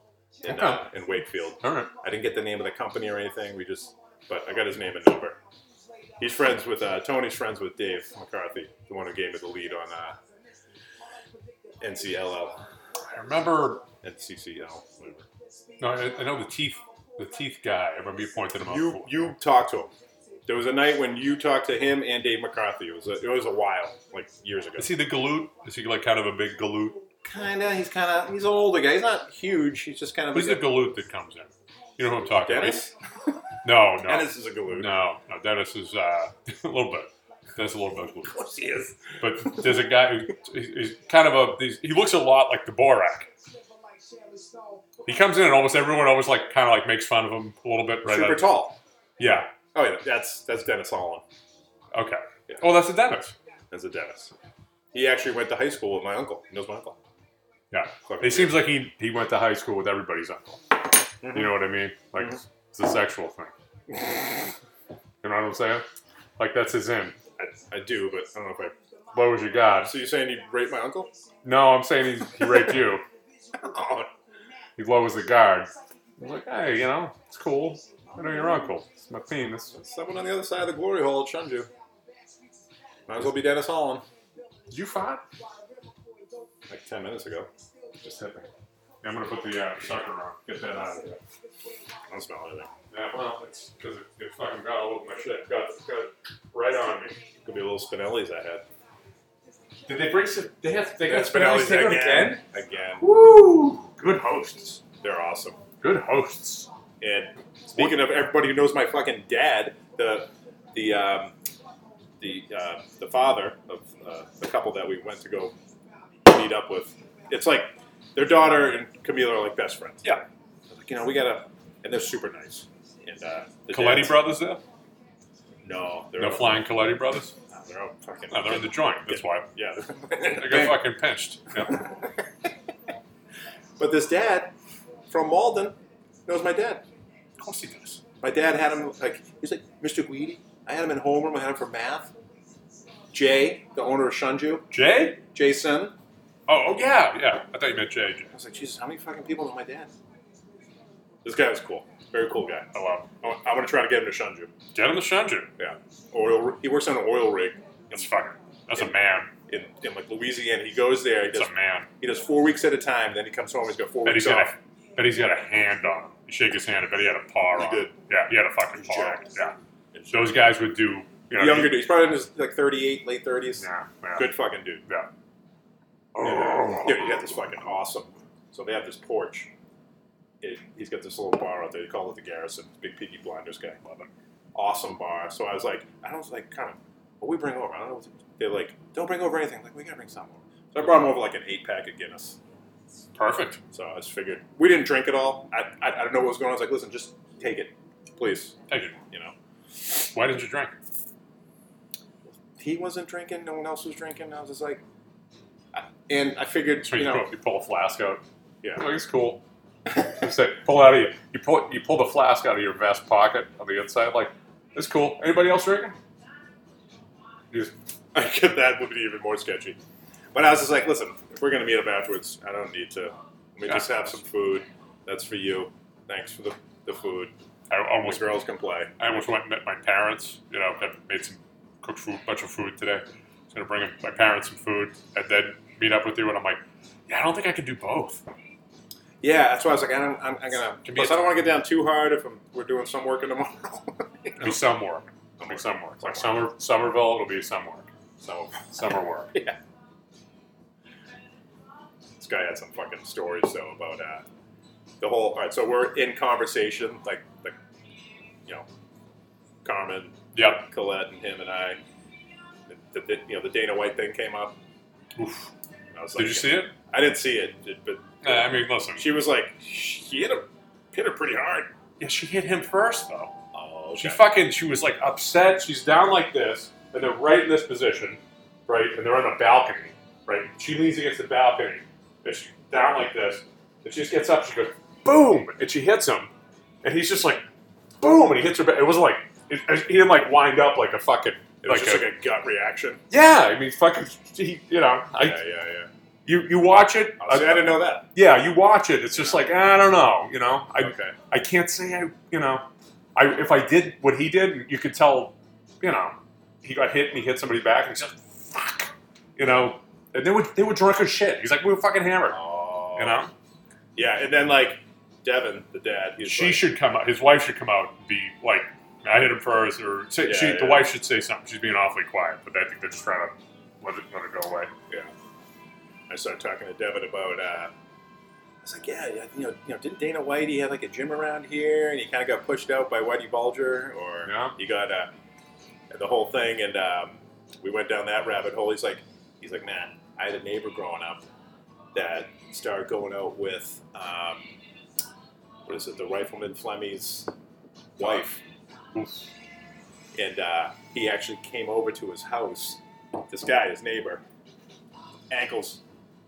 [SPEAKER 3] in, uh, in Wakefield.
[SPEAKER 4] All right.
[SPEAKER 3] I didn't get the name of the company or anything. We just, but I got his name and number. He's friends with uh, Tony's friends with Dave McCarthy, the one who gave me the lead on uh, NCLL,
[SPEAKER 4] I remember
[SPEAKER 3] NCCL. whatever.
[SPEAKER 4] no, I, I know the teeth the teeth guy. I remember you pointed him out.
[SPEAKER 3] You
[SPEAKER 4] before.
[SPEAKER 3] you talked to him. There was a night when you talked to him and Dave McCarthy. It was a, it was a while, like years ago.
[SPEAKER 4] Is he the galoot? Is he like kind of a big galoot?
[SPEAKER 3] Kinda, he's kind of he's an older guy. He's not huge. He's just kind of.
[SPEAKER 4] Who's the galoot that comes in? You know who I'm talking
[SPEAKER 3] Dennis?
[SPEAKER 4] about? No, no.
[SPEAKER 3] Dennis is a galoot.
[SPEAKER 4] No, no, Dennis is uh, (laughs) a little bit. That's a little bit. Of
[SPEAKER 3] course he is.
[SPEAKER 4] But there's a guy who is is kind of a. He's, he looks a lot like the Borak. He comes in and almost everyone always like kind of like makes fun of him a little bit. Right?
[SPEAKER 3] Super
[SPEAKER 4] out-
[SPEAKER 3] tall.
[SPEAKER 4] Yeah.
[SPEAKER 3] Oh yeah, that's that's Dennis Holland.
[SPEAKER 4] Okay.
[SPEAKER 3] Yeah.
[SPEAKER 4] Oh, that's a Dennis.
[SPEAKER 3] That's a Dennis. He actually went to high school with my uncle. He knows my uncle.
[SPEAKER 4] Yeah.
[SPEAKER 3] Fucking
[SPEAKER 4] It seems like he he went to high school with everybody's uncle.
[SPEAKER 3] Mm-hmm.
[SPEAKER 4] You know what I mean? Like it's a
[SPEAKER 3] (laughs)
[SPEAKER 4] sexual thing. you know what I'm saying? Like that's his in.
[SPEAKER 3] I, I do, but I don't know if
[SPEAKER 4] What was your
[SPEAKER 3] I.
[SPEAKER 4] god?
[SPEAKER 3] So you're saying you raped my uncle? (laughs)
[SPEAKER 4] No, I'm saying he's, he raped you.
[SPEAKER 3] Oh,
[SPEAKER 4] He lowers the guard. I'm like, hey, you know, it's cool. I know your uncle. It's my penis.
[SPEAKER 3] someone on the other side of the glory hole shunned you. Might as well be Dennis Holland.
[SPEAKER 4] Did you fart?
[SPEAKER 3] Like ten minutes ago.
[SPEAKER 4] Just hit me. Yeah, I'm gonna put the uh, sucker on. Get that out of there.
[SPEAKER 3] I don't smell anything.
[SPEAKER 4] Yeah, well, it's because it, it fucking got all over my shit. Got, got right on me.
[SPEAKER 3] Could be a little Spinelli's I had.
[SPEAKER 4] Did they bring some? They have. They
[SPEAKER 3] Yeah,
[SPEAKER 4] got Spinelli's taken again.
[SPEAKER 3] Again.
[SPEAKER 4] Woo! Good hosts.
[SPEAKER 3] They're awesome.
[SPEAKER 4] Good hosts.
[SPEAKER 3] And speaking of everybody who knows my fucking dad, the the um, the uh, the father of uh, the couple that we went to go meet up with, it's like their daughter and Camila are like best friends.
[SPEAKER 4] Yeah.
[SPEAKER 3] Like, you know, we gotta, and they're super nice. And uh, the
[SPEAKER 4] Coletti
[SPEAKER 3] dad's-
[SPEAKER 4] brothers there?
[SPEAKER 3] No, they're
[SPEAKER 4] No
[SPEAKER 3] all-
[SPEAKER 4] flying Coletti brothers?
[SPEAKER 3] No, they're all fucking.
[SPEAKER 4] No, they're in the joint. That's why.
[SPEAKER 3] yeah. (laughs)
[SPEAKER 4] They got fucking pinched. Yeah.
[SPEAKER 3] (laughs) But this dad from Malden knows my dad.
[SPEAKER 4] Of course he does.
[SPEAKER 3] My dad had him like he's like Mr. Guidi. I had him in homeroom. I had him for math. Jay, the owner of Shunju,
[SPEAKER 4] (laughs) Jay?
[SPEAKER 3] Jason.
[SPEAKER 4] Oh, oh yeah, yeah. I thought you meant Jay. Jay.
[SPEAKER 3] I was like, Jesus, how many fucking people know my dad? This guy was cool. Very cool guy.
[SPEAKER 4] Oh, wow.
[SPEAKER 3] I'm I'm gonna try to get him to Shunju.
[SPEAKER 4] Get him the Shunju.
[SPEAKER 3] Yeah. Oil. He works on an oil rig
[SPEAKER 4] That's fucking. That's a man.
[SPEAKER 3] in, in like Louisiana. He goes there. He does,
[SPEAKER 4] That's a man.
[SPEAKER 3] he does four weeks at a time. Then he comes home. He's got four
[SPEAKER 4] Bet he's
[SPEAKER 3] weeks
[SPEAKER 4] got
[SPEAKER 3] off.
[SPEAKER 4] a. Bet he's got a hand on him. You shake his hand. I bet he had a paw
[SPEAKER 3] He
[SPEAKER 4] on.
[SPEAKER 3] did.
[SPEAKER 4] Him. Yeah, he had a fucking
[SPEAKER 3] He's
[SPEAKER 4] paw. on him.
[SPEAKER 3] jacked.
[SPEAKER 4] Yeah.
[SPEAKER 3] He's
[SPEAKER 4] Those guys would do. You know,
[SPEAKER 3] Younger dude. He's probably in his like 38, late 30s.
[SPEAKER 4] Yeah, yeah.
[SPEAKER 3] Good Oh. fucking dude.
[SPEAKER 4] Yeah.
[SPEAKER 3] Dude, you got this fucking awesome. So they have this porch. It, he's got this little bar out there. They call it the Garrison. Big Peaky Blinders guy. Love it. Awesome bar. So I was like, I was like, kind of, what we bring over? I don't know. What to- They're like, don't bring over anything. I'm like, we gotta bring something over. So I brought him over like an eight pack of Guinness.
[SPEAKER 4] Perfect.
[SPEAKER 3] So I just figured we didn't drink it all. I, I, I don't know what was going on. I was like, listen, just take it, please.
[SPEAKER 4] Thank you.
[SPEAKER 3] You know,
[SPEAKER 4] Why didn't you drink?
[SPEAKER 3] he wasn't drinking. No one else was drinking. I was just like, I, and I figured,
[SPEAKER 4] So
[SPEAKER 3] you
[SPEAKER 4] you,
[SPEAKER 3] know, Oh,
[SPEAKER 4] pull, you pull a flask out.
[SPEAKER 3] Yeah.
[SPEAKER 4] like, it's cool. (laughs) You say, pull out of your, you pull you pull the flask out of your vest pocket on the inside. Like, it's cool. Anybody else drinking? You just-
[SPEAKER 3] (laughs) I get that would be even more sketchy. But I was just like, listen, if we're gonna meet up afterwards, I don't need to. Let me just have some food. That's for you. Thanks for the, the food.
[SPEAKER 4] I
[SPEAKER 3] The
[SPEAKER 4] almost
[SPEAKER 3] girls can play.
[SPEAKER 4] I almost went and met my parents. You know, I made some cooked food, bunch of food today. I was gonna bring my parents some food and then meet up with you. And I'm like, yeah, I don't think I can do both.
[SPEAKER 3] Yeah, that's why I was like, I don't, I'm, I'm gonna.
[SPEAKER 4] Can be
[SPEAKER 3] Plus,
[SPEAKER 4] a-
[SPEAKER 3] I don't want to get down too hard if I'm, we're doing some work in the morning. (laughs)
[SPEAKER 4] It'll be some work. It'll be some work. Like Summer Somerville, it'll be some work. So summer work.
[SPEAKER 3] (laughs) yeah. This guy had some fucking stories though about uh, the whole. All right, so we're in conversation, like, like, you know, Carmen,
[SPEAKER 4] Yep.
[SPEAKER 3] Colette, and him and I. The, the, you know, the Dana White thing came up.
[SPEAKER 4] Oof.
[SPEAKER 3] and I was
[SPEAKER 4] Did you see it?
[SPEAKER 3] I didn't see it, but
[SPEAKER 4] Uh, I mean, listen.
[SPEAKER 3] she was like, she hit him, hit her pretty hard.
[SPEAKER 4] yeah, she hit him first though.
[SPEAKER 3] Oh,
[SPEAKER 4] She fucking. She was like upset. She's down like this, and they're right in this position, right? And they're on a balcony, right? She leans against the balcony, and she's down like this. And she just gets up. She goes boom, and she hits him, and he's just like boom, and he hits her. Back. It was like it, it- he didn't like wind up like a fucking
[SPEAKER 3] It was
[SPEAKER 4] like
[SPEAKER 3] just
[SPEAKER 4] a-
[SPEAKER 3] like a gut reaction.
[SPEAKER 4] yeah. I mean, fucking. He, you know, I,
[SPEAKER 3] yeah, yeah, yeah.
[SPEAKER 4] you you watch it.
[SPEAKER 3] Oh, see, I didn't know that.
[SPEAKER 4] yeah, you watch it. It's just like "Ah, I don't know. You know, I
[SPEAKER 3] okay.
[SPEAKER 4] I can't say I, you know, I if I did what he did, you could tell, you know, he got hit and he hit somebody back and he's like, fuck, you know, and they were they were drunk as shit. He's like, we were fucking hammered,
[SPEAKER 3] Oh.
[SPEAKER 4] you know.
[SPEAKER 3] Yeah, and then like Devin, the dad, he's
[SPEAKER 4] She
[SPEAKER 3] like,
[SPEAKER 4] should come out. His wife should come out and be like, I hit him first, or say,
[SPEAKER 3] Yeah,
[SPEAKER 4] she, the
[SPEAKER 3] yeah.
[SPEAKER 4] wife should say something. She's being awfully quiet, but I think they're just trying to let it let it go away.
[SPEAKER 3] I started talking to Devin about. Uh, I was like, yeah, yeah, you know, you know, didn't Dana White he had like a gym around here, and he kind of got pushed out by Whitey Bulger, or
[SPEAKER 4] Yeah.
[SPEAKER 3] he got uh, the whole thing, and um, we went down that rabbit hole. He's like, he's like, man, I had a neighbor growing up that started going out with, um, what is it, the Rifleman Flemmy's wife, and uh, he actually came over to his house. This guy, his neighbor, ankles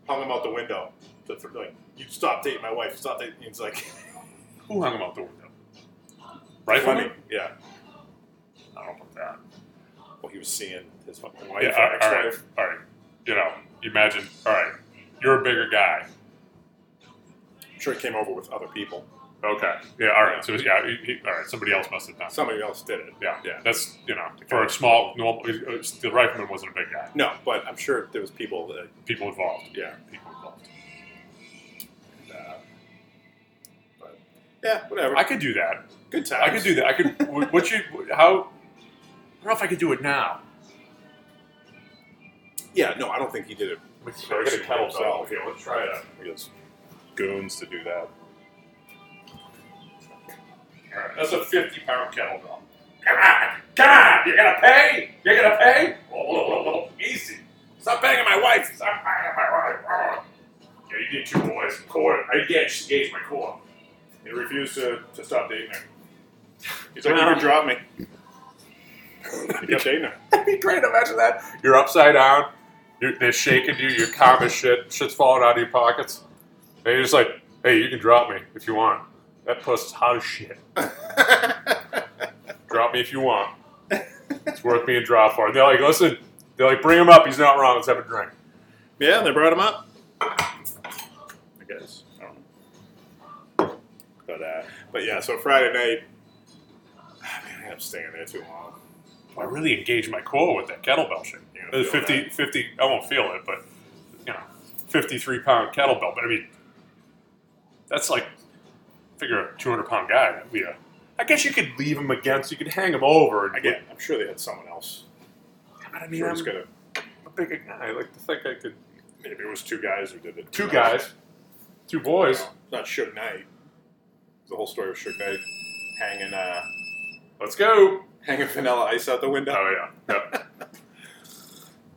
[SPEAKER 3] hung him out the window. To, for, like, you stop dating my wife. Stop dating. He's like, (laughs)
[SPEAKER 4] Who hung him out the window? Right from me?
[SPEAKER 3] Fleming. Yeah.
[SPEAKER 4] I don't know about that.
[SPEAKER 3] Well, he was seeing his fucking wife.
[SPEAKER 4] Yeah,
[SPEAKER 3] or
[SPEAKER 4] all right,
[SPEAKER 3] ex-wife.
[SPEAKER 4] all right. You know, you imagine. All right, you're a bigger guy.
[SPEAKER 3] I'm sure he came over with other people.
[SPEAKER 4] Okay. Yeah. All right. So yeah. He, he, all right. Somebody else must have done. it.
[SPEAKER 3] Somebody else did it.
[SPEAKER 4] yeah.
[SPEAKER 3] Yeah.
[SPEAKER 4] That's you know for a small normal. The rifleman wasn't a big guy.
[SPEAKER 3] No, but I'm sure there was people that.
[SPEAKER 4] People involved.
[SPEAKER 3] Yeah.
[SPEAKER 4] People involved.
[SPEAKER 3] Uh, but yeah, whatever.
[SPEAKER 4] I could do that.
[SPEAKER 3] Good times.
[SPEAKER 4] I could do that. I could. (laughs) what- What you? How? I don't know if I could do it now.
[SPEAKER 3] Yeah. No, I don't think he did it.
[SPEAKER 4] I got a kettlebell
[SPEAKER 3] here. Let's try it. He has goons to do that.
[SPEAKER 4] All right, that's a fifty pound kettlebell. Come on, come on! You're gonna pay. You're gonna pay. (laughs) Whoa, whoa, whoa, whoa. Easy. Stop banging my wife. Stop banging my wife. Yeah, you did two boys. Core. I did. She gave my core.
[SPEAKER 3] He refused to, to stop dating her. He's like,
[SPEAKER 4] Well-
[SPEAKER 3] you can drop me. (laughs) you kept dating her.
[SPEAKER 4] That'd be great. Imagine that. You're upside down. You're, they're shaking you. You're calm as shit. Shit's falling out of your pockets. And you're just like, hey, you can drop me if you want. That pussy's hot as shit. drop me if you want. It's worth being dropped for. And they're like, listen, they're like, bring him up. He's not wrong. Let's have a drink.
[SPEAKER 3] Yeah, they brought him up. I guess. I don't know. But, uh, but yeah, so Friday night, (sighs) I think I'm staying there too long.
[SPEAKER 4] I really engaged my core with that kettlebell shit. You know,
[SPEAKER 3] Feel
[SPEAKER 4] the 50,
[SPEAKER 3] that.
[SPEAKER 4] 50, I won't feel it, but, you know, 53 pound kettlebell. But I mean, that's like, figure a 200 pound guy. That'd be a, I guess you could leave him against, you could hang him over. And
[SPEAKER 3] Again, I'm sure they had someone else.
[SPEAKER 4] But I
[SPEAKER 3] I'm
[SPEAKER 4] mean,
[SPEAKER 3] sure
[SPEAKER 4] I'm
[SPEAKER 3] it's gonna,
[SPEAKER 4] a bigger guy. I like to think I could.
[SPEAKER 3] maybe it was two guys who did it.
[SPEAKER 4] Two guys, two boys.
[SPEAKER 3] It's Not Suge Knight. The whole story of Suge Knight hanging, uh,
[SPEAKER 4] Let's go.
[SPEAKER 3] hanging Vanilla Ice out the window.
[SPEAKER 4] Oh, yeah. Yep.
[SPEAKER 3] (laughs)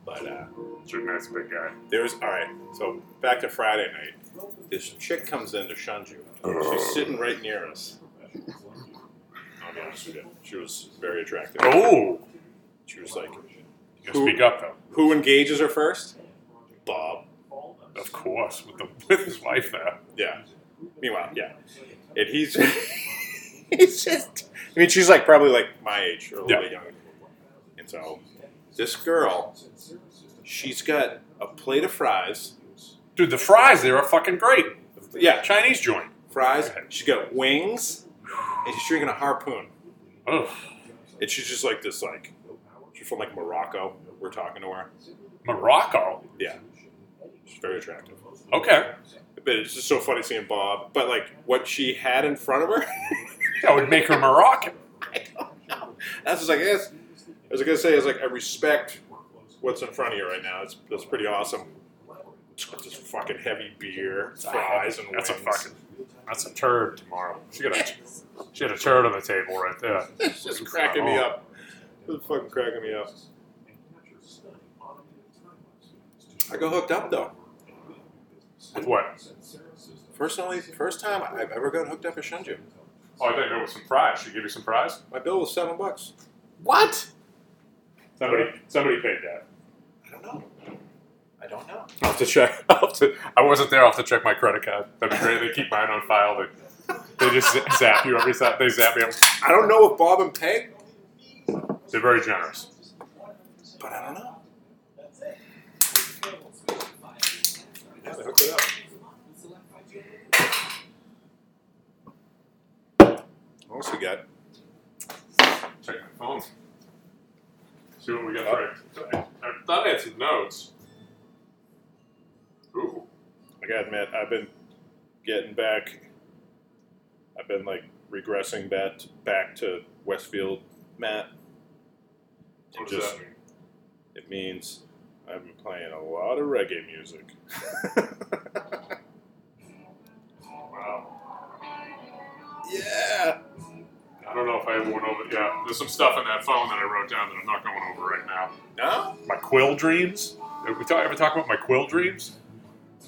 [SPEAKER 3] But, uh,
[SPEAKER 4] Sure, that's a big guy.
[SPEAKER 3] There was all right. So back to Friday night. This chick comes in to Shunju. She's sitting right near us. I'll be honest with you. She was very attractive.
[SPEAKER 4] Oh.
[SPEAKER 3] She was like,
[SPEAKER 4] You can
[SPEAKER 3] Who-
[SPEAKER 4] speak up, though.
[SPEAKER 3] "Who engages her first? Bob.
[SPEAKER 4] Of course, with, the, with his wife there.
[SPEAKER 3] Yeah. Meanwhile, yeah. And (laughs) he's he's just. I mean, she's like probably like my age or a little
[SPEAKER 4] Yeah.
[SPEAKER 3] bit younger. And so this girl, she's got a plate of fries.
[SPEAKER 4] Dude, the fries there are fucking great.
[SPEAKER 3] Yeah,
[SPEAKER 4] Chinese joint.
[SPEAKER 3] fries. She's got wings, and she's drinking a harpoon.
[SPEAKER 4] Oh,
[SPEAKER 3] And she's just like this, like she's from like Morocco. We're talking to her.
[SPEAKER 4] Morocco.
[SPEAKER 3] Yeah, she's very attractive.
[SPEAKER 4] Okay.
[SPEAKER 3] But it's just so funny seeing Bob. But like what she had in front of her, (laughs)
[SPEAKER 4] That would make her Moroccan.
[SPEAKER 3] I don't know. That's just like yes. I was gonna say, it's like I respect what's in front of you right now. It's that's pretty awesome. It's got this fucking heavy beer, fries, and
[SPEAKER 4] That's a
[SPEAKER 3] wings.
[SPEAKER 4] fucking. That's a turd tomorrow. She got a. She had a turd on the table right there.
[SPEAKER 3] It's just cracking me up. It's fucking cracking me up. I got hooked up though.
[SPEAKER 4] With what?
[SPEAKER 3] First only first time I've ever got hooked up at Shunju.
[SPEAKER 4] Oh, I think it was some fries. She gave you some fries?
[SPEAKER 3] My bill was seven bucks.
[SPEAKER 2] What?
[SPEAKER 4] Somebody somebody paid that.
[SPEAKER 3] I don't know. I don't know.
[SPEAKER 4] I'll have to check. (laughs) I'll have to, I wasn't there. I'll have to check my credit card. That'd be great. They keep mine on file. They, they just za- zap you every time. They zap me.
[SPEAKER 3] I don't know if Bob and Peg,
[SPEAKER 4] They're very generous.
[SPEAKER 3] but I don't know. Yeah, they hooked it up. What else we got?
[SPEAKER 4] Check my phone. See what we got for
[SPEAKER 3] Uh,
[SPEAKER 4] it. I thought I had some notes. Ooh.
[SPEAKER 3] I gotta admit, I've been getting back. I've been like regressing back back to Westfield, Matt. It
[SPEAKER 4] What does
[SPEAKER 3] just
[SPEAKER 4] that mean?
[SPEAKER 3] it means I've been playing a lot of reggae music.
[SPEAKER 4] Wow.
[SPEAKER 3] Yeah.
[SPEAKER 4] I don't know if I ever went over. Yeah, there's some stuff in that phone that I wrote down that I'm not going over right now.
[SPEAKER 3] No.
[SPEAKER 4] My quill dreams? Did we talk, ever talk about my quill dreams?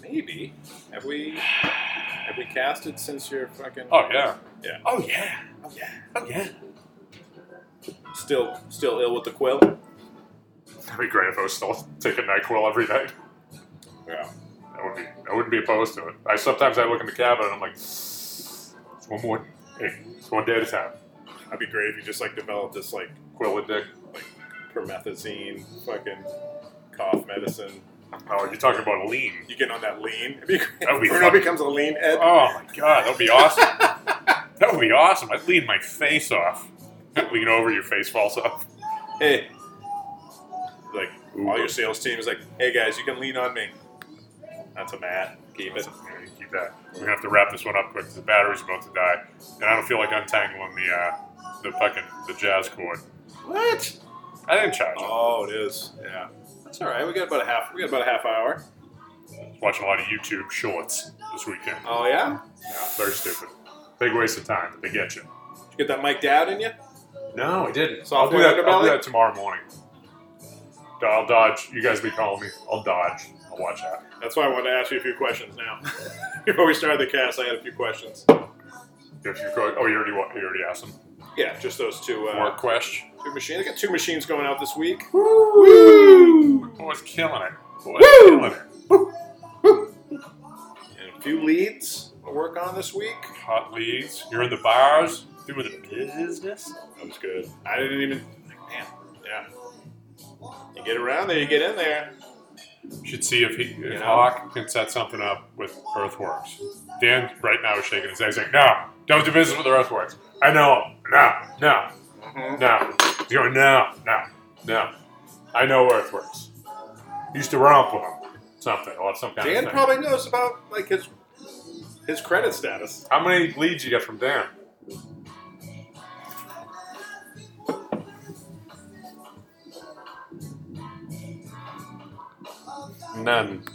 [SPEAKER 3] Maybe. Have we have we casted since your fucking?
[SPEAKER 4] Oh, yeah.
[SPEAKER 3] Yeah.
[SPEAKER 4] Oh, yeah. Oh, yeah. Oh, yeah.
[SPEAKER 3] Still still ill with the quill.
[SPEAKER 4] That'd be great if I was still taking NyQuil every night.
[SPEAKER 3] Yeah.
[SPEAKER 4] That would be. I wouldn't be opposed to it. I sometimes I look in the cabinet and I'm like, it's one more. Hey, it's one day at a time.
[SPEAKER 3] That'd be great if you just like developed this like
[SPEAKER 4] Quill and dick.
[SPEAKER 3] promethazine fucking cough medicine.
[SPEAKER 4] Oh, you're talking about lean.
[SPEAKER 3] You get on that lean. It'd be great.
[SPEAKER 4] That would be
[SPEAKER 3] Bruno
[SPEAKER 4] fun.
[SPEAKER 3] becomes a lean Ed.
[SPEAKER 4] Oh my god, that'd be awesome. that would be awesome. I'd lean my face off. (laughs) lean over, your face falls off.
[SPEAKER 3] hey, like all your sales team is like, hey guys, you can lean on me. That's a Matt. Keep it.
[SPEAKER 4] Yeah, you keep that. We're gonna have to wrap this one up quick. 'cause The battery's about to die, and I don't feel like untangling the uh, the fucking the jazz cord.
[SPEAKER 3] What?
[SPEAKER 4] I didn't charge it.
[SPEAKER 3] Oh, it is. Yeah, that's all right. We got about a half. We got about a half hour.
[SPEAKER 4] Watching a lot of YouTube shorts this weekend.
[SPEAKER 3] Oh yeah.
[SPEAKER 4] Very stupid. Big waste of time, but they get you.
[SPEAKER 3] Did you get that mic down in you?
[SPEAKER 4] No, I didn't.
[SPEAKER 3] So
[SPEAKER 4] I'll do that. I'll
[SPEAKER 3] underbelly?
[SPEAKER 4] do that tomorrow morning. I'll dodge. You guys be calling me. I'll dodge. I'll watch out.
[SPEAKER 3] That's why I wanted to ask you a few questions now. (laughs) Before we started the cast, I had a few questions.
[SPEAKER 4] If you go, oh, you already wa- you already asked them.
[SPEAKER 3] Yeah, just those two.
[SPEAKER 4] Work
[SPEAKER 3] Uh,
[SPEAKER 4] quest.
[SPEAKER 3] two machines. I got two machines going out this week.
[SPEAKER 4] Boy's killing it. Boy's killing it.
[SPEAKER 3] And a few leads I work on this week.
[SPEAKER 4] Hot leads. You're in the bars. Doing the business.
[SPEAKER 3] That was good. I didn't even. Like, man, yeah. You get around there, you get in there.
[SPEAKER 4] Should see if he if
[SPEAKER 3] You know?
[SPEAKER 4] Hawk can set something up with Earthworks. Dan right now is shaking his head. He's like, no, don't do business with Earthworks. I know him. No, no,
[SPEAKER 3] Mm-hmm.
[SPEAKER 4] no. He's going, no, no, no. I know Earthworks. Used to romp with him. Something or some kind
[SPEAKER 3] Dan
[SPEAKER 4] of thing.
[SPEAKER 3] probably knows about like his his credit status.
[SPEAKER 4] How many leads you get from Dan? None.